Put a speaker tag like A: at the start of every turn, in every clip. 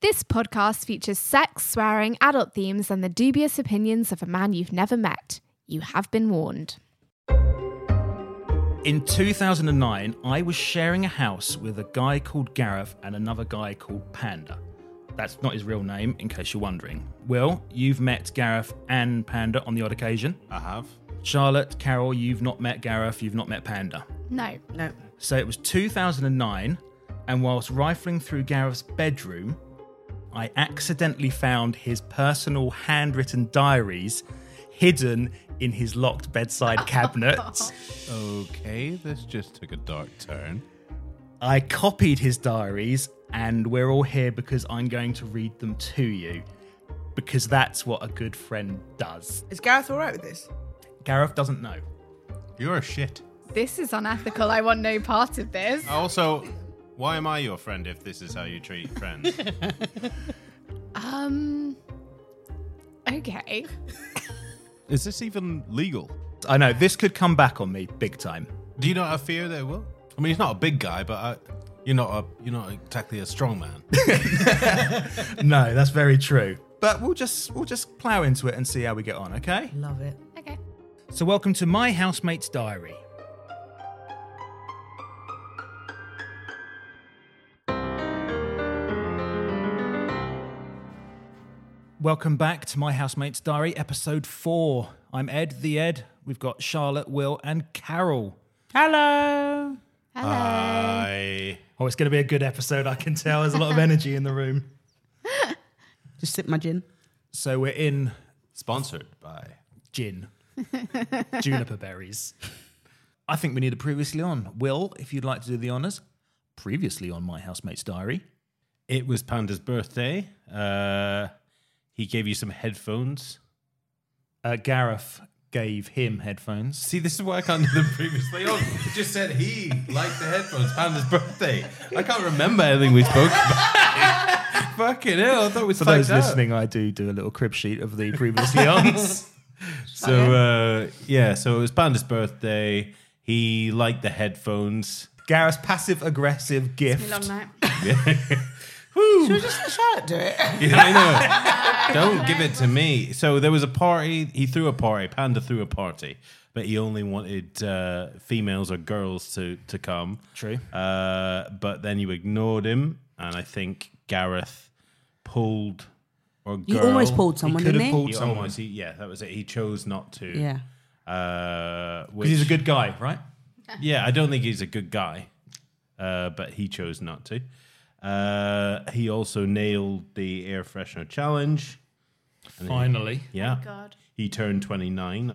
A: This podcast features sex, swearing, adult themes, and the dubious opinions of a man you've never met. You have been warned.
B: In 2009, I was sharing a house with a guy called Gareth and another guy called Panda. That's not his real name, in case you're wondering. Will, you've met Gareth and Panda on the odd occasion.
C: I have.
B: Charlotte, Carol, you've not met Gareth, you've not met Panda.
A: No.
D: No.
B: So it was 2009, and whilst rifling through Gareth's bedroom, I accidentally found his personal handwritten diaries hidden in his locked bedside cabinet.
C: Okay, this just took a dark turn.
B: I copied his diaries, and we're all here because I'm going to read them to you. Because that's what a good friend does.
D: Is Gareth all right with this?
B: Gareth doesn't know.
C: You're a shit.
A: This is unethical. I want no part of this.
C: Also, why am I your friend if this is how you treat friends?
A: Um. Okay.
C: is this even legal?
B: I know, this could come back on me big time.
C: Do you not have fear that it will? I mean, he's not a big guy, but I, you're not a, you're not exactly a strong man.
B: no, that's very true. But we'll just we'll just plow into it and see how we get on, okay?
D: Love it.
A: Okay.
B: So welcome to my housemate's diary. Welcome back to My Housemate's Diary, episode four. I'm Ed, the Ed. We've got Charlotte, Will, and Carol.
D: Hello.
A: Hello.
C: I
B: Oh, it's going to be a good episode. I can tell there's a lot of energy in the room.
D: Just sip my gin.
B: So we're in
C: sponsored by.
B: gin, juniper berries. I think we need a previously on. Will, if you'd like to do the honours, previously on My Housemate's Diary.
C: It was Panda's birthday. Uh, he gave you some headphones.
B: Uh, Gareth gave him headphones.
C: See, this is why I can't do them previously. Oh, it just said he liked the headphones. Panda's birthday. I can't remember anything we spoke about. Fucking hell! I thought we
B: For those listening, I do do a little crib sheet of the previously ons.
C: So uh, yeah, so it was Panda's birthday. He liked the headphones.
B: Gareth's passive aggressive
D: Long
B: gift.
D: night.
C: Woo!
D: Just let Charlotte do it.
C: Yeah, I know. Don't give it to me. So there was a party. He threw a party. Panda threw a party, but he only wanted uh, females or girls to to come.
B: True.
C: Uh, but then you ignored him, and I think Gareth pulled or girl.
D: You almost pulled someone,
B: could
D: didn't
B: have
D: you?
B: pulled
C: He
B: someone.
C: almost. He, yeah, that was it. He chose not to.
D: Yeah.
C: Uh, which,
B: Because he's a good guy, right?
C: yeah, I don't think he's a good guy, uh, but he chose not to. Uh, he also nailed the air freshener challenge.
B: Oh Finally.
C: Yeah. He turned 29.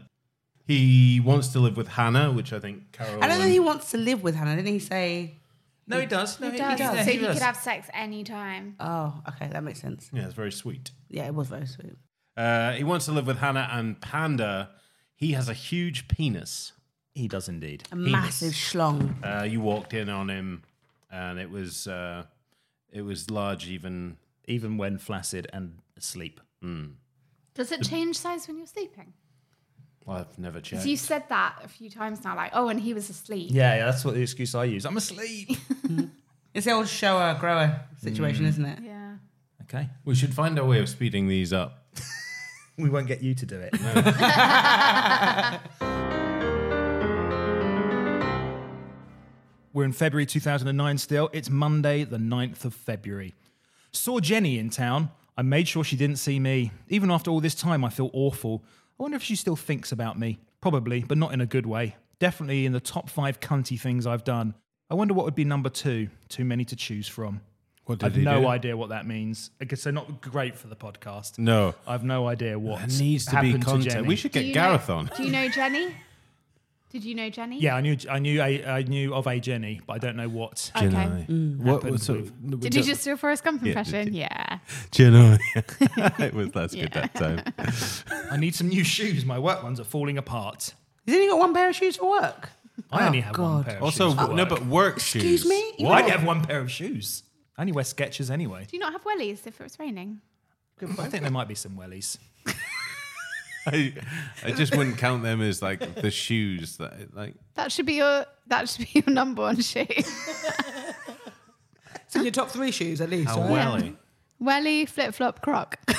C: He wants to live with Hannah, which I think Carol.
D: I don't
C: and-
D: think he wants to live with Hannah. Didn't he say?
B: No, he does. No, he,
E: does.
D: does.
E: So
B: he
E: you
B: does.
E: could have sex anytime.
D: Oh, okay, that makes sense.
C: Yeah, it's very sweet.
D: Yeah, it was very sweet.
C: Uh, he wants to live with Hannah and Panda. He has a huge penis.
B: He does indeed.
D: A massive schlong.
C: Uh, you walked in on him, and it was uh, it was large, even.
B: Even when flaccid and asleep.
C: Mm.
E: Does it change size when you're sleeping?
C: Well, I've never checked.
E: 'Cause you said that a few times now, like, oh, and he was asleep.
B: Yeah, yeah, that's what the excuse I use. I'm asleep.
D: It's the old shower grower situation,
C: Mm.
D: isn't it?
E: Yeah.
B: okay.
C: We should find a way of speeding these up.
B: We won't get you to do it. We're in February 2009 still. It's Monday, the 9th of February. Saw Jenny in town. I made sure she didn't see me. Even after all this time, I feel awful. I wonder if she still thinks about me. Probably, but not in a good way. Definitely in the top five cunty things I've done. I wonder what would be number two. Too many to choose from.
C: What
B: I've no idea what that means. I guess they're not great for the podcast.
C: No.
B: I've no idea what
C: It needs to be
B: happened
C: content.
B: Jenny.
C: we should
E: Do
C: get
E: you
C: Gareth
E: know,
C: on.
E: Do you know Jenny? Did you know Jenny?
B: Yeah, I knew, I knew, I, I knew of a Jenny, but I don't know what.
C: Uh,
E: Okay. Mm.
C: What
B: Happened
C: was
E: Did you just do a Forrest Gump impression?
C: did.
E: Yeah.
C: Jenny? it was that's good that time.
B: I need some new shoes. My work ones are falling apart.
D: He's only got one pair of shoes for work.
B: I only have one
D: God.
B: pair. Of
C: Oh, Also,
B: shoes for
C: no,
B: work.
C: but work shoes.
D: Excuse me? You
B: I
C: What?
B: only have one pair of shoes. I only wear Skechers anyway.
E: Do you not have wellies if it was raining?
B: I think there might be some wellies.
C: I, I just wouldn't count them as like the shoes that like.
E: That should be your that should be your number one shoe.
D: It's in your top three shoes at least.
C: How
D: right?
C: welly?
E: Welly flip flop croc.
B: The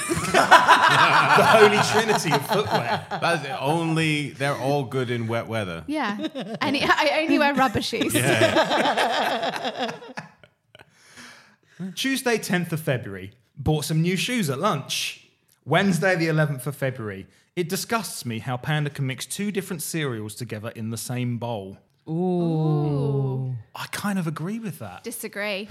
B: holy trinity of footwear.
C: That's the only they're all good in wet weather.
E: Yeah. And I only wear rubber shoes.
B: Tuesday, 10th of February. Bought some new shoes at lunch. Wednesday, the 11th of February. It disgusts me how Panda can mix two different cereals together in the same bowl.
E: Ooh.
B: I kind of agree with that.
E: Disagree.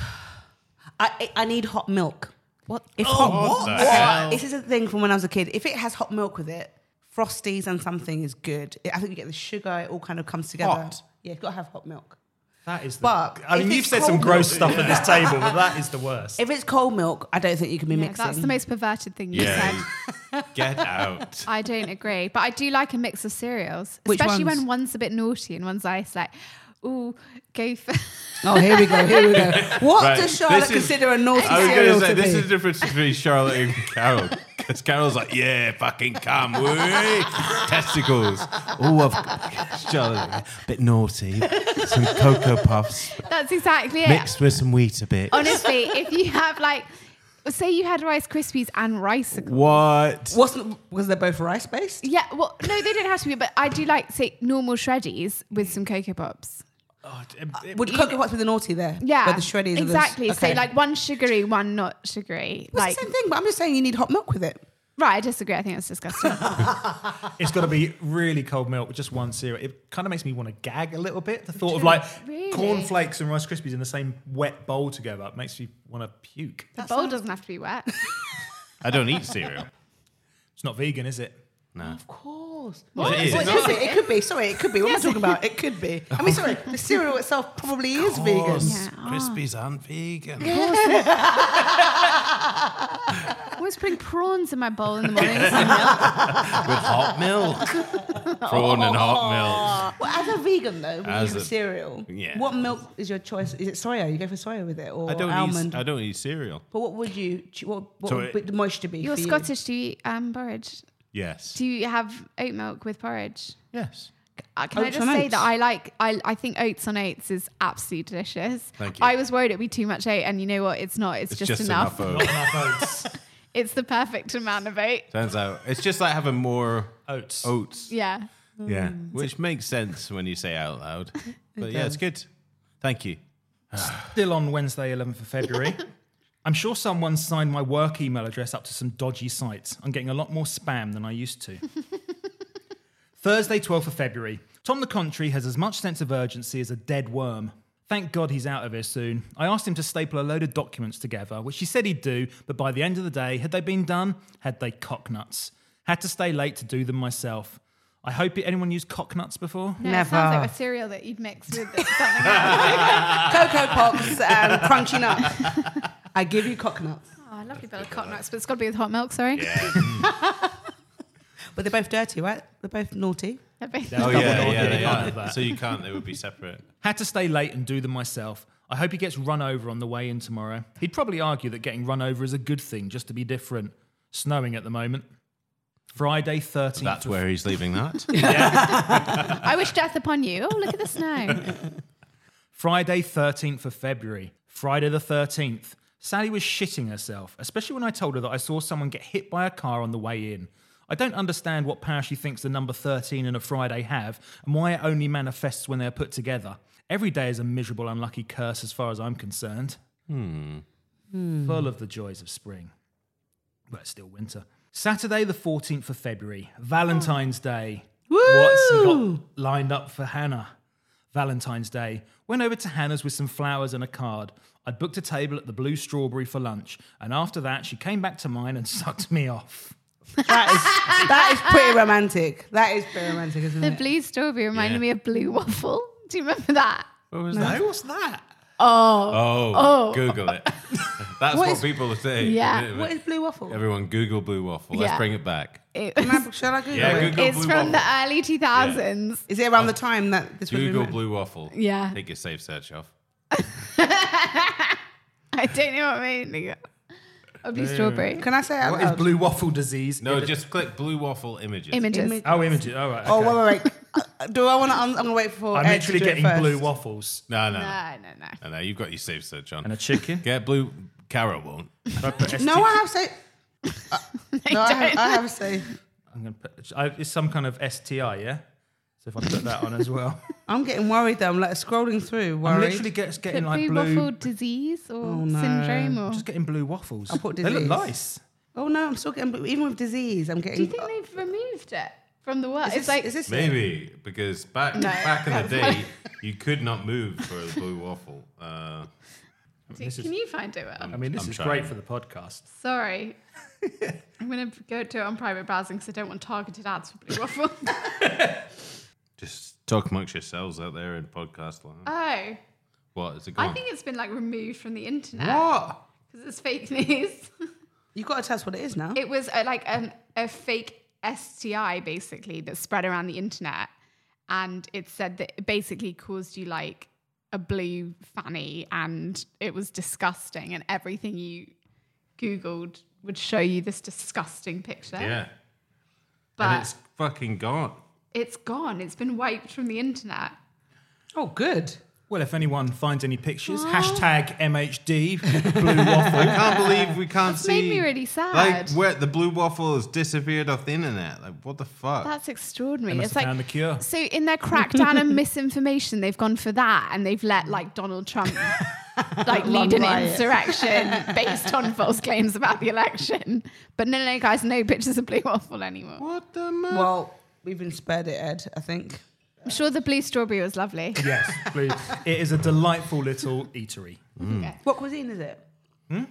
D: I, I I need hot milk. What? If hot
C: Oh, what
D: what?
C: the hell?
D: This is a thing from when I was a kid. If it has hot milk with it, frosties and something is good. I think you get the sugar. It all kind of comes together.
C: Hot.
D: Yeah, you've got to have hot milk.
B: That is the.
D: But
B: I mean,
D: if
B: you've
D: it's
B: said some
D: cold
B: gross
D: milk-
B: stuff at this table, but that is the worst.
D: If it's cold milk, I don't think you can be
E: Yeah,
D: mixing.
E: that's the most perverted thing you said.
C: Yeah. Get out.
E: I don't agree, but I do like a mix of cereals,
D: Which
E: especially
D: ones?
E: when one's a bit naughty and one's ice like, ooh, go for.
D: oh, here we go. Here we go. What
C: Right,
D: does Charlotte
C: this is-
D: consider a naughty
C: I was
D: cereal
C: going to say,
D: to
C: this
D: be?
C: is the difference between Charlotte and Carol. Because Carol's like, yeah, fucking come, wee. Testicles. Oh, I've, Charlotte, a bit naughty. Some Cocoa Puffs
E: That's exactly it.
C: mixed with some wheat a
D: Oh,
C: bit.
E: Honestly, if you have like, say you had Rice Krispies and rice.
C: What?
D: What's was they're both rice based?
E: Yeah, well, no, they don't have to be, but I do like say normal shreddies with some cocoa pops.
D: Uh, Would cocoa pops be the naughty there?
E: Yeah,
D: Where the shreddies are the-
E: exactly. So
D: okay.
E: like one sugary, one not sugary.
D: Well,
E: like
D: it's the same thing, but I'm just saying you need hot milk with it.
E: right, I disagree. I think that's disgusting.
B: It's got to be really cold milk with just one cereal. It kind of makes me want to gag a little bit. The thought of
E: you-
B: like
E: really?
B: cornflakes and Rice Krispies in the same wet bowl together makes me want to puke.
E: the bowl doesn't have to be wet.
C: I don't eat cereal.
B: It's not vegan, is it?
D: Of course.
C: Well, it is.
D: Well, it, could be, it could be. Sorry, it could be. What am I talking about? It could be. I mean, sorry, the cereal itself probably is vegan.
E: Yeah.
C: Crispies aren't vegan.
E: I always putting prawns in my bowl in the morning. with some milk.
C: With hot milk. Prawn and hot
D: Well, as a vegan though, when
C: As
D: you have
C: a-
D: cereal,
C: yeah.
D: what milk is your choice? Is it soya? You go for soya with it, or
C: milk. I don't,
D: almond?
C: eat, I don't eat cereal.
D: but what would you? What, what
C: So
D: would
C: it-
D: be the moisture be?
E: You're
D: for you?
E: Scottish. Do you eat um, porridge?
C: Yes.
E: Do you have oat milk with porridge?
C: Yes.
E: Uh, can I
D: Oats
E: just
D: on
E: say
D: oats.
E: that I like I, I think oats on oats is absolutely delicious.
C: Thank you.
E: I was worried it'd be too much oat, and you know what? It's not. It's,
C: It's
E: just,
C: just
E: enough.
C: enough
B: Not
C: oats.
B: enough oats.
E: It's the perfect amount of oat.
C: Turns out it's just like having more
B: Oats.
C: oats.
E: Yeah.
C: Yeah. Which makes sense when you say it out loud. But yeah, it's good. Thank you.
B: Still on Wednesday, 11th of February. I'm sure someone signed my work email address up to some dodgy sites. I'm getting a lot more spam than I used to. Thursday, 12th of February. Tom the Country has as much sense of urgency as a dead worm. Thank God he's out of here soon. I asked him to staple a load of documents together, which he said he'd do, but by the end of the day, had they been done? Had they cocknuts? Had to stay late to do them myself. I hope anyone used cocknuts before.
E: No, It sounds like a cereal that you'd mix with something else.
D: Cocoa Pops and Crunchy Nuts. I give you coconuts,
E: Oh, lovely bit of cotton nuts, but it's got to be with hot milk. Sorry.
D: but they're both dirty, right? They're both naughty.
B: Oh, yeah, yeah, they are.
C: So you can't. They would be separate.
B: Had to stay late and do them myself. I hope he gets run over on the way in tomorrow. He'd probably argue that getting run over is a good thing just to be different. Snowing at the moment. Friday 13th.
C: That's
B: of-
C: where he's leaving that.
E: I wish death upon you. Oh, look at the snow.
B: Friday 13th of February. Friday the 13th. Sally was shitting herself, especially when I told her that I saw someone get hit by a car on the way in. I don't understand what power she thinks the number 13 and a Friday have, and why it only manifests when they're put together. Every day is a miserable, unlucky curse as far as I'm concerned. full of the joys of spring. But it's still winter. Saturday, the 14th of February, Valentine's Day. What's he got lined up for Hannah? Valentine's Day. Went over to Hannah's with some flowers and a card. I'd booked a table at the Blue Strawberry for lunch, and after that, she came back to mine and sucked me off.
D: That is that is pretty romantic. That is pretty romantic, isn't
E: The
D: it?
E: blue strawberry reminded
C: Yeah.
E: me of blue waffle. Do you remember that?
C: What was that? What's that?
E: Oh,
C: Oh,
E: Oh.
C: Google it. That's what,
D: is-
C: people say.
E: Yeah.
C: Wait a minute.
D: What is blue waffle?
C: Everyone Google blue waffle. Let's
E: Yeah.
C: bring it back.
E: it,
D: Remember- Shall I Google
C: Yeah,
D: it?
C: Google
E: it's
C: blue
E: from
C: waffle.
E: the early 2000s.
D: Is it
B: Oh,
D: around the time that this was
C: Google
D: written?
C: blue waffle.
E: Yeah.
C: Take your safe search off.
E: I don't know what made me go. A blue strawberry.
D: Can I say it out
B: What is
D: loud?
B: blue waffle disease?
C: No,
B: Is it-
C: just click blue waffle images.
E: Images.
D: Image-
B: Oh, images. All right.
D: Oh,
B: okay.
D: wait, wait, wait. Do I want to? I'm, I'm gonna wait for.
B: I'm
D: Ed to
B: literally
D: do it
B: getting
D: first.
B: blue waffles
C: No, no, no,
E: No, no, no.
C: no, no. You've got your safe search on.
B: and a chicken.
C: Get blue. Carol won't.
B: If I put ST
D: No, I have say. no, I have, I have say.
B: I'm gonna put. I, it's some kind of STI, yeah. So if I put that on as well,
D: I'm getting worried though. I'm like scrolling through,
B: I'm
D: worried.
B: literally get, getting
E: Blue
B: like blue.
E: waffle disease or
D: Oh, no.
E: syndrome or.
B: Just getting blue waffles. I
D: put
B: they look
D: disease.
B: nice.
D: oh no, I'm still getting blue. Even with disease, I'm
E: Do you
D: getting. uh,
E: think they've removed it from the world?
D: is
E: It's
D: this,
E: like
D: is this it?
C: Maybe because back back in the day, you could not move for a blue waffle. Uh,
E: Do- Can you find it? Well?
B: I mean, this
C: I'm
B: is
C: trying.
B: great for the podcast.
E: Sorry. I'm going to go to it on private browsing because I don't want targeted ads for Blue Oh, Waffle.
C: Just talk amongst yourselves out there in podcast land.
E: oh,
C: what is it gone?
E: I think it's been like removed from the internet
C: what?
E: because it's fake news.
D: You've got to tell us what it is now.
E: it was a, like an, a fake STI basically that spread around the internet. And it said that it basically caused you like a blue fanny and it was disgusting. And everything you Googled would show you this disgusting picture.
C: Yeah, and
E: but
C: it's fucking gone.
E: it's gone. It's been wiped from the internet.
D: oh, good.
B: Well, if anyone finds any pictures, hashtag MHD.
C: Blue waffle. I can't believe we can't see.
E: made me really sad.
C: Like where the blue waffle has disappeared off the internet. Like what the fuck?
E: That's extraordinary.
B: must
E: It's
B: have
E: like
B: found the cure.
E: so in their crackdown on misinformation, they've gone for that and they've let like Donald Trump like lead an
D: riot.
E: insurrection based on false claims about the election. But no, no, guys, no pictures of blue waffle anymore.
C: what the man?
D: Well, we've been spared it, Ed. I think.
E: I'm sure the blue strawberry was lovely.
B: yes, please. It is a delightful little eatery.
D: What cuisine is it?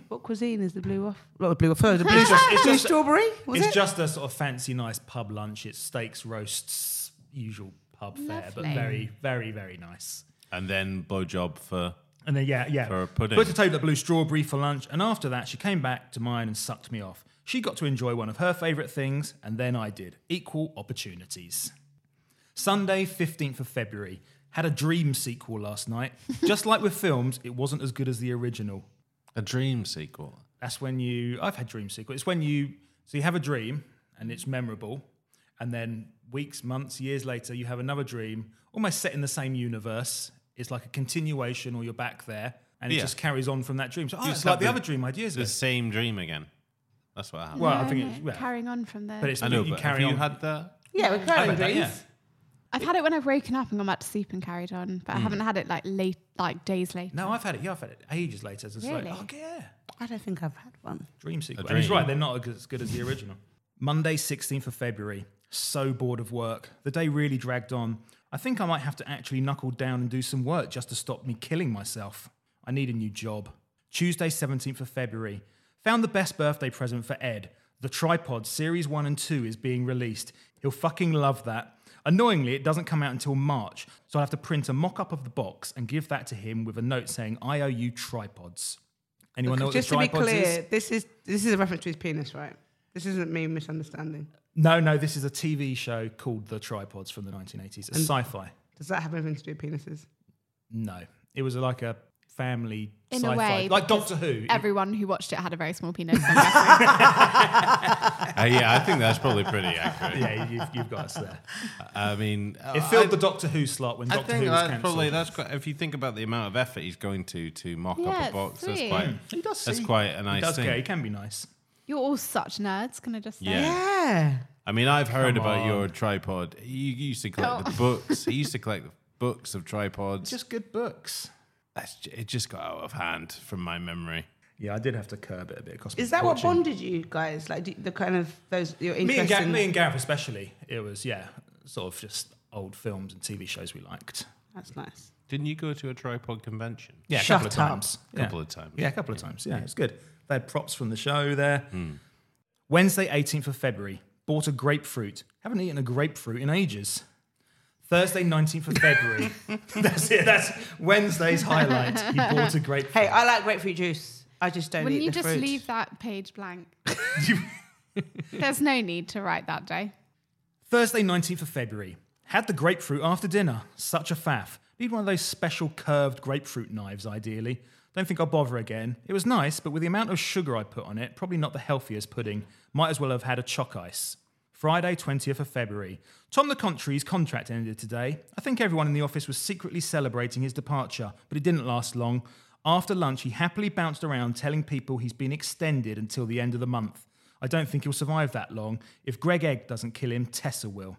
D: What cuisine is the blue waffle? Not the blue waffle. The blue,
B: Hmm? It's just- it's
D: blue
B: just-
D: strawberry. Was
B: it's
D: it?
B: just a sort of fancy, nice pub lunch. It's steaks, roasts, usual pub fare, but
E: Lovely.
B: very, very, very nice.
C: And then blowjob for
B: And then yeah, yeah.
C: For a pudding.
B: Put a table of blue strawberry for lunch, and after that, she came back to mine and sucked me off. She got to enjoy one of her favourite things, and then I did. Equal opportunities. Sunday, 15th of February. Had a dream sequel last night. Just like with films, it wasn't as good as the original.
C: a dream sequel.
B: That's when you. I've had dream sequel. It's when you. So you have a dream and it's memorable, and then weeks, months, years later, you have another dream, almost set in the same universe. It's like a continuation, or you're back there, and it
C: Yeah.
B: just carries on from that dream. So oh,
C: just
B: it's like
C: have
B: the,
C: the-
B: other dream ideas.
C: The same dream again. That's what happened.
B: well, I think it's yeah.
E: Um, Carrying on from there.
B: but it's
C: I know,
B: you
C: but
B: carry
C: have you
B: on.
C: had that?
D: yeah, we're carrying
B: I've had that,
D: dreams.
B: yeah.
E: I've had it when I've woken up and gone back to sleep and carried on, but I
B: Mm.
E: haven't had it like late, like days later.
B: No, I've had it. Yeah, I've had it ages later. It's
E: Really?
B: like, oh yeah,
D: I don't think I've had one.
B: dream sequel.
C: A
B: And he's
C: dream.
B: right. They're not as good as the original. Monday, 16th of February. So bored of work. The day really dragged on. I think I might have to actually knuckle down and do some work just to stop me killing myself. I need a new job. Tuesday, 17th of February. Found the best birthday present for Ed. The tripod series 1 and 2 is being released. He'll fucking love that. Annoyingly, it doesn't come out until March, so I'll have to print a mock up of the box and give that to him with a note saying, I owe you tripods. Anyone know what
D: Just
B: the
D: to be
B: tripods
D: clear,
B: is?
D: this is this is a reference to his penis, right? This isn't me misunderstanding.
B: No, no, this is a TV show called The Tripods from the 1980s. It's sci fi.
D: Does that have anything to do with penises?
B: No. It was like a family
E: In a
B: sci fi.
E: way,
B: Like Doctor Who.
E: Everyone who watched it had a very small penis.
C: Uh, yeah, I think that's probably pretty accurate.
B: yeah, you've, you've got us there.
C: I mean, uh,
B: It filled the Doctor Who slot when
C: I
B: Doctor
C: think
B: Who was
C: that's
B: cancelled.
C: probably that's quite, if you think about the amount of effort he's going to to mock
E: Yeah,
C: up a
E: it's
C: box, that's
E: free.
C: quite
B: He does
C: that's
B: see-
C: quite a nice
B: He does
C: thing.
B: care. He can be nice.
E: You're all such nerds, can I just say?
C: Yeah.
D: Yeah.
C: I mean, I've heard
B: Come
C: about
B: on.
C: your tripod. You used to collect the books. He used to collect the books of tripods.
B: Just good books.
C: That's ju- it just got out of hand from my memory.
B: Yeah, I did have to curb it a bit. It cost me
D: Is that what
B: fortune.
D: bonded you guys? Like do, the kind of those your
B: Me and,
D: interest
B: Gav,
D: in.
B: me and Gav, especially. It was, yeah, sort of just old films and TV shows we liked.
D: That's nice.
C: Didn't you go to a tripod convention?
B: Yeah, a
D: Shut
B: couple of
D: up.
B: times.
C: A couple of times.
B: Yeah, a couple of times. Yeah, Hmm. it's good. They had props from the show there. Wednesday, 18th of February. Bought a grapefruit. Haven't eaten a grapefruit in ages. Thursday, 19th of February. that's it. That's Wednesday's highlight. He bought a grapefruit.
D: Hey, I like grapefruit juice. I just don't
E: Wouldn't
D: eat
E: you
D: the
E: just
D: fruit.
E: leave that page blank? There's no need to write that day.
B: Thursday, 19th of February. Had the grapefruit after dinner. Such a faff. Need one of those special curved grapefruit knives, ideally. Don't think I'll bother again. It was nice, but with the amount of sugar I put on it, probably not the healthiest pudding. Might as well have had a chalk ice. Friday, 20th of February. Tom the Country's contract ended today. I think everyone in the office was secretly celebrating his departure, but it didn't last long. After lunch, he happily bounced around telling people he's been extended until the end of the month. I don't think he'll survive that long. If Greg Egg doesn't kill him, Tessa will.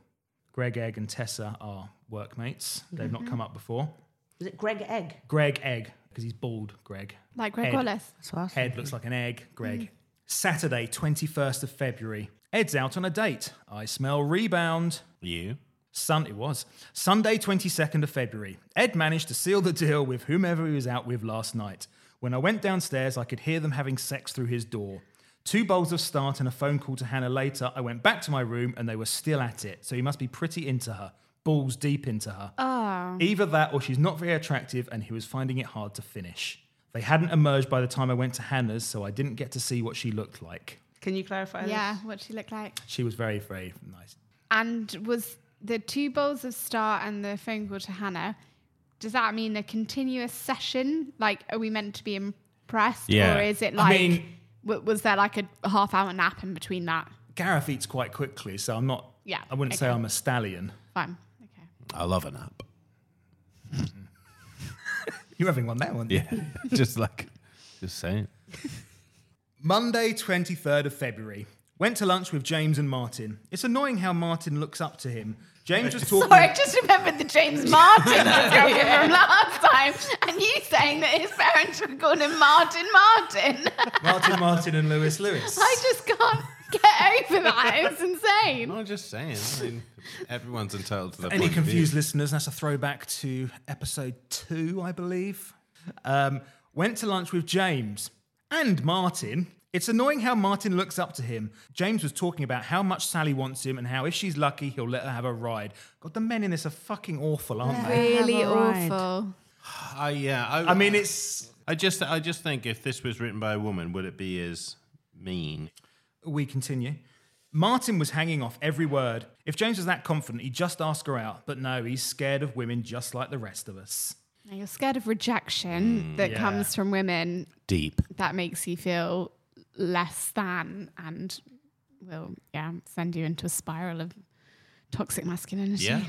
B: Greg Egg and Tessa are workmates. They've not come up before.
D: Was it Greg Egg?
B: Greg Egg, because he's bald, Greg.
E: Like Greg
B: Head.
E: Wallace.
D: That's what I was
B: Head looks like an egg, Greg. Saturday, 21st of February. Ed's out on a date. I smell rebound.
C: You?
B: Sun, it was. Sunday, 22nd of February. Ed managed to seal the deal with whomever he was out with last night. When I went downstairs, I could hear them having sex through his door. Two bowls of start and a phone call to Hannah later, I went back to my room and they were still at it, so he must be pretty into her, balls deep into her. Either that or she's not very attractive and he was finding it hard to finish. They hadn't emerged by the time I went to Hannah's, so I didn't get to see what she looked like.
D: Can you clarify
E: Yeah, what she looked like.
B: She was very, very nice.
E: And was the two bowls of star and the phone call to Hannah? Does that mean a continuous session? Like, are we meant to be impressed,
C: Yeah.
E: or is it
B: I
E: like?
B: mean-
E: w- was there like a half hour nap in between that?
B: Gareth eats quite quickly, so I'm not.
E: Yeah,
B: I wouldn't say
E: okay.
B: I'm a stallion.
E: Fine. Okay.
C: I love a nap.
B: You're having one there, one.
C: Yeah. just like, just saying.
B: Monday, 23rd of February. Went to lunch with James and Martin. It's annoying how Martin looks up to him. James was talking.
E: Sorry, I just remembered the James Martin story from last time, and you saying that his parents were calling him Martin Martin.
B: Martin, Martin, and Lewis, Lewis.
E: I just can't get over that. It's insane.
C: Not just saying. I mean, everyone's entitled to their
B: Any
C: point of view.
B: confused listeners, that's a throwback to episode two, I believe. Um, went to lunch with James and Martin. It's annoying how Martin looks up to him. James was talking about how much Sally wants him and how if she's lucky, he'll let her have a ride. God, the men in this are fucking awful, aren't they?
E: Really
D: Have a ride.
E: awful.
C: I yeah. I,
B: I mean, it's
C: I just, I just think if this was written by a woman, would it be as mean?
B: We continue. Martin was hanging off every word. If James was that confident, he'd just ask her out. But no, he's scared of women just like the rest of us.
E: Now, You're scared of rejection that
B: yeah.
E: comes from women
C: Deep.
E: that makes you feel less than and will, yeah, send you into a spiral of toxic masculinity.
C: Yeah.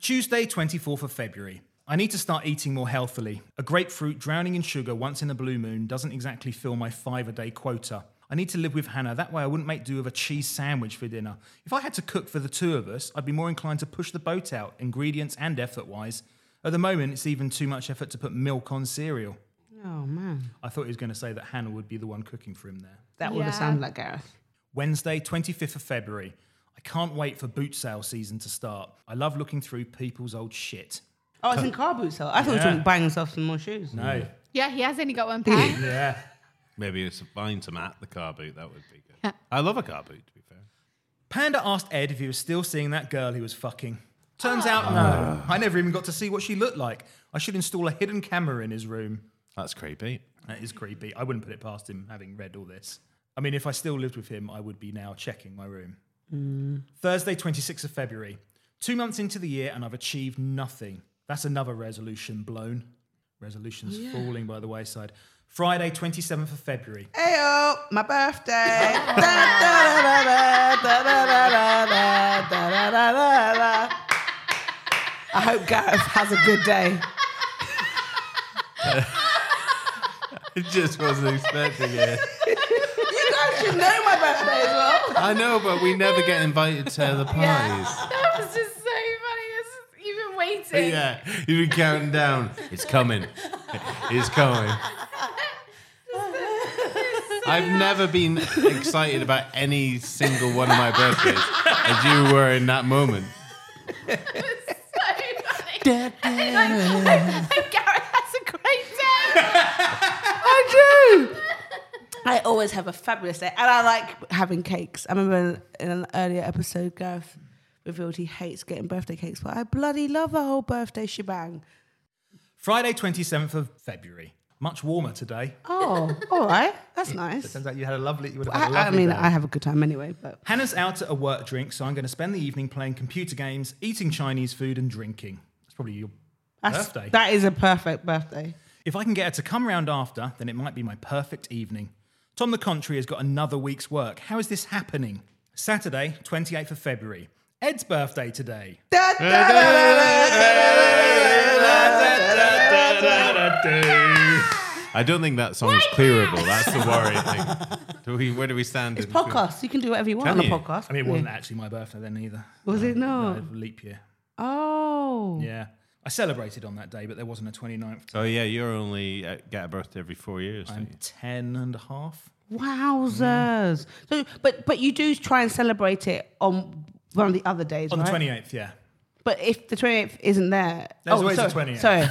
B: Tuesday, 24th of February. I need to start eating more healthily. A grapefruit drowning in sugar once in a blue moon doesn't exactly fill my five a day quota. I need to live with Hannah, that way I wouldn't make do with a cheese sandwich for dinner. If I had to cook for the two of us, I'd be more inclined to push the boat out, ingredients and effort wise. At the moment, it's even too much effort to put milk on cereal.
D: Oh, man.
B: I thought he was going to say that Hannah would be the one cooking for him there.
D: That would
E: Yeah.
D: have sounded like Gareth.
B: Wednesday, 25th of February. I can't wait for boot sale season to start. I love looking through people's old shit.
D: Oh, it's in car boots, though. I thought he
B: Yeah.
D: was buying himself some more shoes.
B: No.
E: Yeah, he has only got one pair.
B: Yeah.
C: Maybe it's find some at the car boot. That would be good. I love a car boot. To be fair.
B: Panda asked Ed if he was still seeing that girl he was fucking. Turns out, no. I never even got to see what she looked like. I should install a hidden camera in his room.
C: That's creepy.
B: That is creepy. I wouldn't put it past him having read all this. I mean, if I still lived with him, I would be now checking my room. Thursday, 26th of February. Two months into the year, and I've achieved nothing. That's another resolution blown. Resolutions falling by the wayside. Friday, 27th of February.
D: Heyo, my birthday. Da, da, da, da, da, da, da, da, da, da, da, da, da, da. I hope Gareth has a good day.
C: I just wasn't expecting it.
D: You guys should know my birthday as well.
C: I know, but we never get invited to the pies.
E: That was just so funny. This is even waiting.
C: Yeah, you've been counting down. It's coming. It's coming. I've never been excited about any single one of my birthdays as you were in that moment.
E: So funny. And I hope Gareth has a great day.
D: I always have a fabulous day, and I like having cakes. I remember in an earlier episode, Gareth revealed he hates getting birthday cakes, but I bloody love the whole birthday shebang.
B: Friday, 27th of February. Much warmer today.
D: Oh, all right, that's nice.
B: Turns out you had a lovely, you would have had a
D: I, I
B: lovely
D: mean,
B: day.
D: I have a good time anyway, but
B: Hannah's out at a work drink, so I'm going to spend the evening playing computer games, eating Chinese food, and drinking. That's probably your
D: that's,
B: birthday.
D: that is a perfect birthday.
B: if I can get her to come round after, then it might be my perfect evening. Tom the Country has got another week's work. How is this happening? Saturday, 28th of February. Ed's birthday today.
D: Da, da, da, da, da.
C: I don't think that song is clearable. That's the worry thing. Do we, where do we stand? in-
D: Podcast. You can do whatever you want
C: Can
D: on a
C: you?
D: podcast.
B: I mean, it wasn't actually my birthday then either.
D: Was it
B: No,
D: not?
B: leap year.
D: Oh.
B: Yeah. I celebrated on that day, but there wasn't a 29th.
C: Oh yeah, you're only uh, get a birthday every four years. don't
B: I'm
C: you?
B: 10 um, and a half.
D: Wowzers. So, but but you do try and celebrate it on one of the other days,
B: On the
D: right?
B: 28th, yeah.
D: But if the 28th isn't there. oh,
B: There's always
D: sorry,
B: the 28th.
D: Sorry.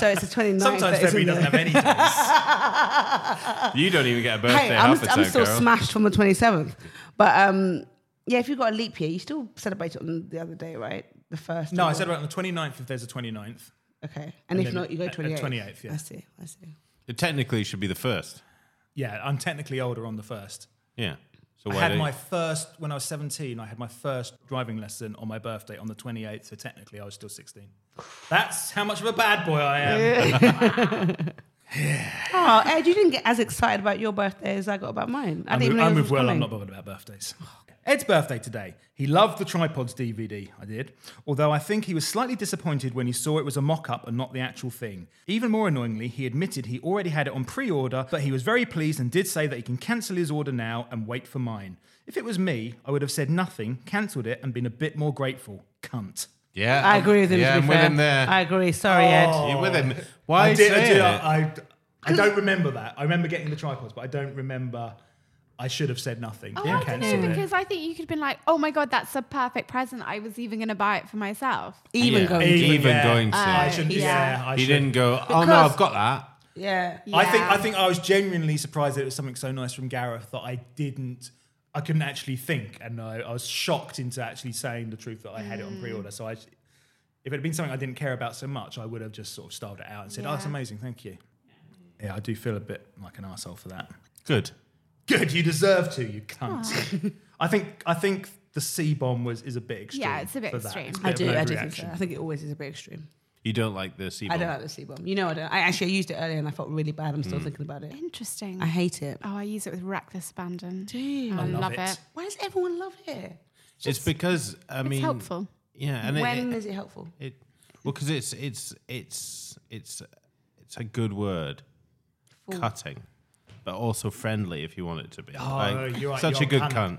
D: so it's the 29th.
B: Sometimes
D: that isn't
B: February doesn't
D: there.
B: have any days.
C: You don't even get a birthday
D: Hey, I'm,
C: half the
D: I'm
C: time,
D: still
C: Carol.
D: smashed from the 27th. But um, yeah, if you've got a leap year, you still celebrate it on the other day, right? The first.
B: no,
D: or-
B: I celebrate on the 29th if there's a 29th.
D: Okay. And, if
B: then
D: not, you go
B: at- at
D: 28th.
B: 28th, yeah.
D: I see. I see.
C: It technically should be the first.
B: Yeah, I'm technically older on the 1st.
C: Yeah. So
B: I
C: why
B: had
C: don't
B: my
C: you-
B: first, when I was 17, I had my first driving lesson on my birthday on the 28th, so technically I was still 16. That's how much of a bad boy I am.
D: Oh, Ed, you didn't get as excited about your birthday as I got about mine. I
B: I'm,
D: didn't even know
B: I'm
D: yours
B: with
D: was
B: Will, I'm
D: coming.
B: not bothered about birthdays. Ed's birthday today. He loved the Tripods DVD, I did. Although I think he was slightly disappointed when he saw it was a mock up and not the actual thing. Even more annoyingly, he admitted he already had it on pre order, but he was very pleased and did say that he can cancel his order now and wait for mine. If it was me, I would have said nothing, cancelled it, and been a bit more grateful. Cunt.
C: Yeah,
D: I agree with him.
C: Yeah,
D: to be
C: I'm with
D: fair.
C: him there.
D: I agree. Sorry, Ed.
C: You're with him. Why
B: I did. I,
C: say
B: did
C: it?
B: I, I, I don't remember that. I remember getting the tripods, but I don't remember. I should have said nothing.
E: Oh,
B: Yeah,
E: I don't
B: cancel
E: know,
B: it.
E: because I think you could have been like, oh my God, that's a perfect present. I was even going to buy it for myself.
D: Even
C: Yeah.
D: going.
C: Even,
D: to-
B: yeah.
C: going to.
B: I should. Yeah,
E: yeah.
B: I
C: he
B: should.
C: didn't go. Oh no,
D: Because-
C: I've got that.
D: Yeah.
B: I think.
E: Yeah.
B: I think I was genuinely surprised that it was something so nice from Gareth that I didn't. I couldn't actually think, and I, I was shocked into actually saying the truth that I had it on pre-order. So I. If it had been something I didn't care about so much, I would have just sort of styled it out and said, "Oh, it's
E: Yeah.
B: amazing, thank you." Yeah, I do feel a bit like an arsehole for that.
C: Good.
B: Good, you deserve to, you cunt. I think I think the C bomb was is a bit extreme.
E: Yeah, it's a bit
B: for that.
E: extreme.
B: It's a
D: I
B: bit
D: do.
B: of an
D: I do think
B: overreaction.
D: so. I think it always is a bit extreme.
C: You don't like the sea.
D: I
C: bomb.
D: don't like the sea bomb. You know I don't. I actually I used it earlier and I felt really bad. I'm still thinking about it.
E: Interesting.
D: I hate it.
E: oh, I use it with reckless abandon.
D: Dude.
E: I, love, it.
D: Why does everyone love it?
C: It's because I mean,
E: it's helpful.
C: Yeah, and
D: When
C: it,
D: is it helpful?
C: it, well, because it's it's it's it's it's a good word, cutting, but also friendly if you want it to be. Oh,
B: you're right,
C: such
B: you're
C: a good
B: cunt.
C: cunt.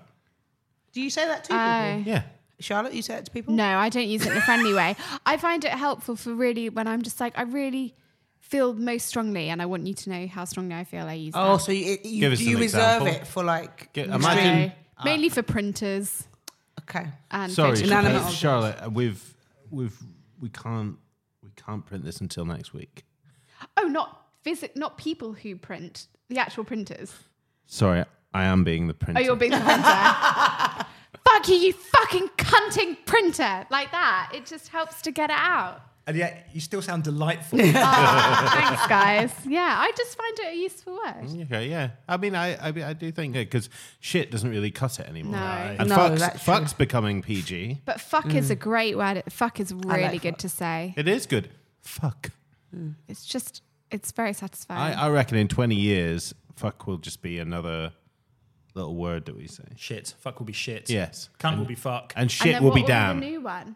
D: Do you say that to people?
E: Oh.
C: Yeah.
D: Charlotte, you say that to people?
E: No, I don't use it in a friendly way. I find it helpful for really when I'm just like, I really feel most strongly, and I want you to know how strongly I feel. I use
D: Oh,
E: that.
D: so you, it- you
C: Give
D: do
C: us
D: you
C: an
D: reserve
C: example.
D: it for like?
C: Get-
E: So,
C: imagine-
E: mainly for printers
D: Okay.
E: and
C: Sorry,
E: photo-
D: Inanimate
C: Charlotte,
D: objects.
C: Charlotte. uh, We've we've we can't we can't print this until next week.
E: Oh, not visit, not people who print the actual printers.
C: Sorry, I am being the printer.
E: Oh, you're being the printer. Fuck you, you fucking cunting printer like that. It just helps to get it out.
B: And yet you still sound delightful.
E: Thanks, guys. Yeah, I just find it a useful word.
C: Okay, yeah. I mean, I I, mean, I do think because shit doesn't really cut it anymore.
E: No. No.
C: And
D: No,
C: fucks,
D: that's true.
C: fucks becoming PG.
E: But fuck is a great word. Fuck is really good to say.
C: It is good. Fuck.
E: It's just, it's very
C: I,
E: satisfying.
C: I reckon in 20 years, fuck will just be another little word that we say.
B: shit. Fuck will be shit.
C: Yes.
B: Cunt will be fuck.
C: And
E: And
C: shit
E: then
C: will
E: what
C: be
E: was
C: damn.
E: The new one.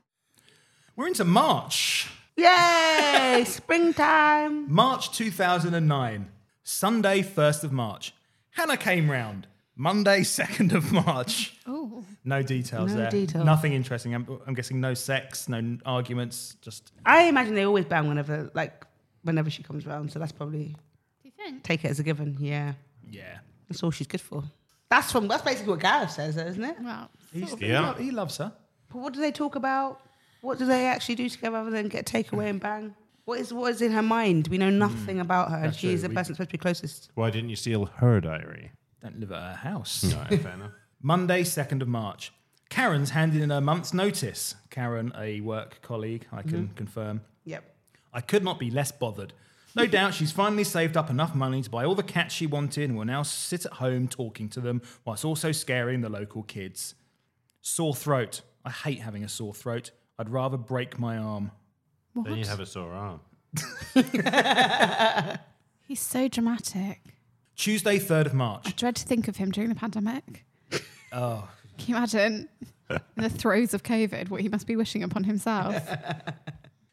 B: We're into March.
D: Yay! Springtime.
B: March 2009. Sunday, 1st of March. Hannah came round. Monday, 2nd of March.
E: Oh,
B: No details
D: No
B: there.
D: detail.
B: Nothing interesting. I'm, I'm guessing no sex, no arguments, just
D: I imagine they always bang whenever, like, whenever she comes round. So that's probably
E: do you think?
D: take it as a given. Yeah,
B: yeah.
D: that's all she's good for. That's from that's basically what Gareth says, though, isn't it?
E: Well,
B: He's, he
C: Yeah.
B: lo- he loves her.
D: But what do they talk about? What do they actually do together other than get takeaway and bang? What is what is in her mind? We know nothing about her, and
B: Mm. That's
D: she's
B: true.
D: the
B: We-
D: person supposed to be closest.
C: Why didn't you steal her diary?
B: Don't live at her house.
C: fair enough.
B: Monday, 2nd of March. Karen's handed in a month's notice. Karen, a work colleague, I can
D: Mm-hmm.
B: confirm.
D: Yep.
B: I could not be less bothered. No doubt she's finally saved up enough money to buy all the cats she wanted and will now sit at home talking to them whilst also scaring the local kids. Sore throat. I hate having a sore throat. I'd rather break my arm.
C: Then you have a sore arm.
E: he's so dramatic.
B: Tuesday, 3rd of March.
E: Dread to think of him during the pandemic.
B: Oh,
E: Can you imagine in the throes of COVID what he must be wishing upon himself?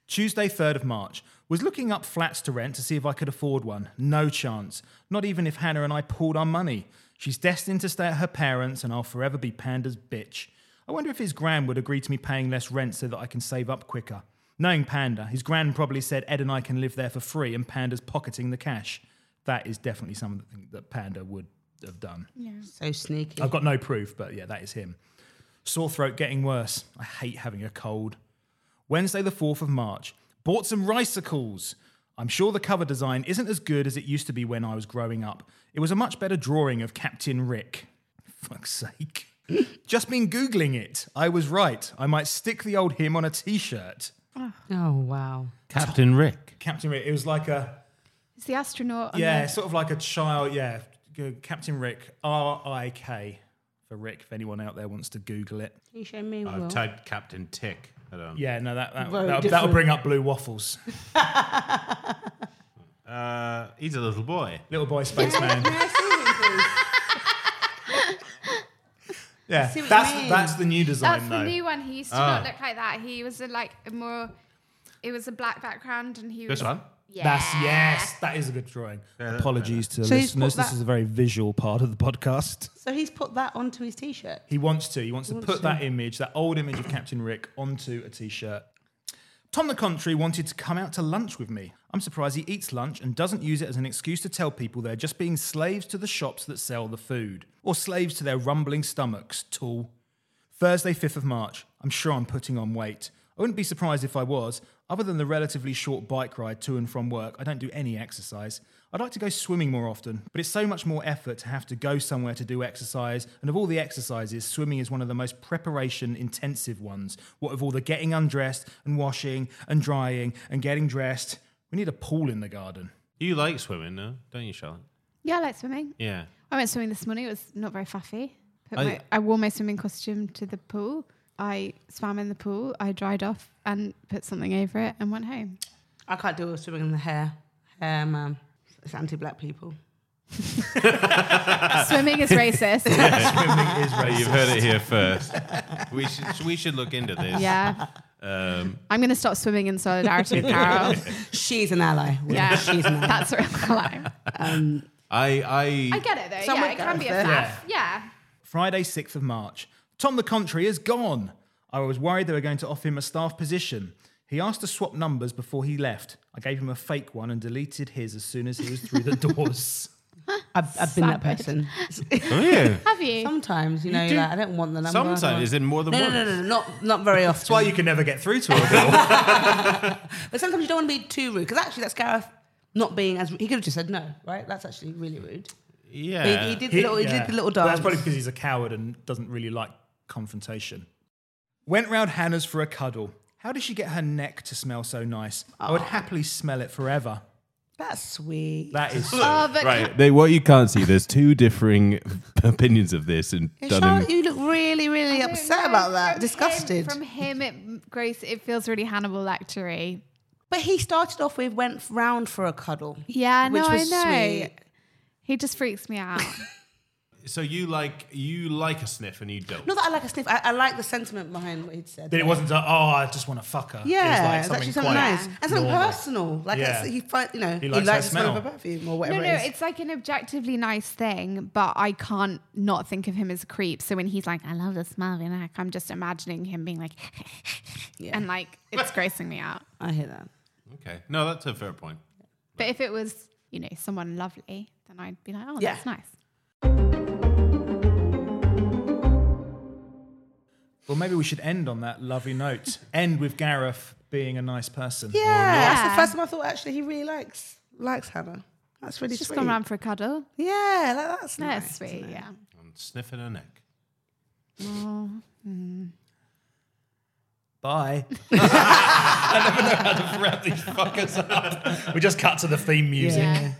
B: Tuesday, 3rd of March. Was looking up flats to rent to see if I could afford one. No chance. Not even if Hannah and I pooled our money. She's destined to stay at her parents, and I'll forever be Panda's bitch. I wonder if his gran would agree to me paying less rent so that I can save up quicker. Knowing Panda, his gran probably said Ed and I can live there for free, and Panda's pocketing the cash. That is definitely something that Panda would have done.
D: So sneaky.
B: I've got no proof, but yeah, that is him. Sore throat getting worse. I hate having a cold. Wednesday, the 4th of March. Bought some ricicles. I'm sure the cover design isn't as good as it used to be when I was growing up. It was a much better drawing of Captain Rick. Fuck's sake. Just been Googling it. I was right. I might stick the old him on a t shirt.
D: Oh wow.
C: Captain Rick.
B: Captain Rick, it was like a.
E: It's the astronaut. on
B: Yeah,
E: the-
B: sort of like a child. Yeah, Go- Captain Rick, R I K for Rick. If anyone out there wants to Google it,
D: Can you show me?
C: I've
D: Will?
C: typed Captain Tick. I don't
B: yeah, no, that, that
D: Very
B: that'll, that'll
D: different.
B: bring up blue waffles.
C: Uh, he's a little boy.
B: Little boy spaceman. yeah,
D: see what you
B: that's
D: mean.
B: that's the new design
E: That's
B: though.
E: the new one. He used to
C: Ah.
E: not look like that. He was a, like a more. It was a black background, and he was.
C: This one.
E: Yeah.
B: That's yes, that is a good drawing. Apologies to
D: So he's
B: listeners.
D: put
B: This
D: that-
B: is a very visual part of the podcast.
D: So he's put that onto his t-shirt.
B: He wants to. He wants to
D: Wants
B: put
D: to.
B: that image, that old image of Captain Rick, onto a t-shirt. Tom the Country wanted to come out to lunch with me. I'm surprised he eats lunch and doesn't use it as an excuse to tell people they're just being slaves to the shops that sell the food, or slaves to their rumbling stomachs. Tool. Thursday, 5th of March. I'm sure I'm putting on weight. I wouldn't be surprised if I was. Other than the relatively short bike ride to and from work, I don't do any exercise. I'd like to go swimming more often, but it's so much more effort to have to go somewhere to do exercise. And of all the exercises, swimming is one of the most preparation intensive ones. What of all the getting undressed and washing and drying and getting dressed? We need a pool in the garden.
C: You like swimming, no? Don't you, Charlotte?
E: Yeah, I like swimming.
C: Yeah.
E: I went swimming this morning. It was not very faffy. Put
C: I-
E: my, I wore my swimming costume to the pool. I swam in the pool. I dried off and put something over it and went home.
D: I can't do swimming in the hair. Hair, man. It's anti-black people.
E: swimming is racist.
B: swimming is racist.
C: You've heard it here first. we should we should look into this.
E: Yeah.
C: Um,
E: I'm going to stop swimming in solidarity with Carol.
D: She's an ally. Will.
E: Yeah.
D: She's an ally.
E: That's real crime.
D: Um,
C: I I
E: I get it though.
D: Someone
E: yeah, it can
D: goes
E: be a
D: there.
E: faff. Yeah.
B: Friday, 6th of March. Tom the Country is gone. I was worried they were going to offer him a staff position. He asked to swap numbers before he left. I gave him a fake one and deleted his as soon as he was through the doors.
D: I've, I've been that
E: Savage.
D: person.
C: Oh, yeah.
E: Have you?
D: Sometimes, you know,
C: do-
D: like, I don't want the number. I don't
C: Sometimes is
D: want-
C: in more than
D: No, no,
C: one.
D: no, no, no, not not very often.
B: That's why you can never get through to her. Bill.
D: But sometimes you don't want to be too rude because actually that's Gareth not being as he could have just said no, right? That's actually really rude. But
C: Yeah.
D: He, he did the little, he
B: yeah.
D: did the little
B: But
D: dance.
B: That's probably because he's a coward and doesn't really like confrontation. Went round Hannah's for a cuddle. How did she get her neck to smell so nice? I
D: Oh.
B: would happily smell it forever.
D: That's sweet.
B: That is
E: Oh, but
C: Right. They, what you can't see, there's two differing opinions of this, and
D: Yeah,
C: done
D: Charlotte, you look really, really
E: I don't
D: upset
E: know.
D: about that.
E: From
D: Disgusted.
E: Him, from him, it gross. It feels really Hannibal Lectery.
D: but he started off with went round for a cuddle.
E: Yeah,
D: Which
E: no, I
D: was
E: know.
D: sweet.
E: He just freaks me out.
C: in, so you like you like a sniff and you don't.
D: Not that I like a sniff. I, I like the sentiment behind what he'd said.
B: Then it wasn't like, oh, I just want to fuck her.
D: Yeah,
B: it was
D: it's
B: like something
D: actually something
B: quite
D: nice and something
B: normal.
D: personal. Like
B: Yeah.
D: it's- he, fi- you know, he
B: likes
D: likes,
B: her
D: the smell of
B: smell.
D: a perfume or
E: no,
D: whatever.
E: no,
D: it is.
E: it's like an objectively nice thing, but I can't not think of him as a creep. So when he's like, "I love the smell of your neck," I'm just imagining him being like,
D: Yeah.
E: and like it's grossing me out.
D: I hear that.
C: Okay. No, that's a fair point.
E: But if it was, you know, someone lovely, then I'd be like, "Oh,
D: Yeah.
E: that's nice."
B: Well, maybe we should end on that lovely note. end with Gareth being a nice person.
D: Yeah, that's
E: Yeah.
D: the first time I thought actually he really likes likes Hannah. That's really
E: It's just
D: sweet.
E: gone round for a cuddle.
D: Yeah, like, that's
E: That's
D: nice,
E: sweet.
D: isn't it?
E: Yeah.
C: I'm sniffing her neck.
B: Bye. I never know how to wrap these fuckers up. We just cut to the theme music.
E: Yeah.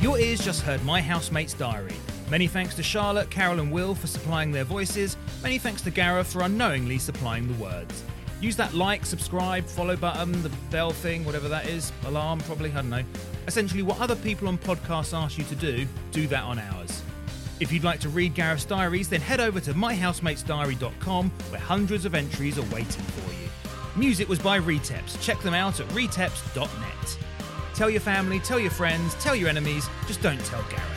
B: Your ears just heard My Housemate's Diary. Many thanks to Charlotte, Carol, and Will for supplying their voices. Many thanks to Gareth for unknowingly supplying the words. Use that like, subscribe, follow button, the bell thing, whatever that is, alarm probably, I don't know. Essentially, what other people on podcasts ask you to do, do that on ours. If you'd like to read Gareth's diaries, then head over to myhousematesdiary.com where hundreds of entries are waiting for you. Music was by Reteps. Check them out at reteps.net. Tell your family, tell your friends, tell your enemies, just don't tell Gareth.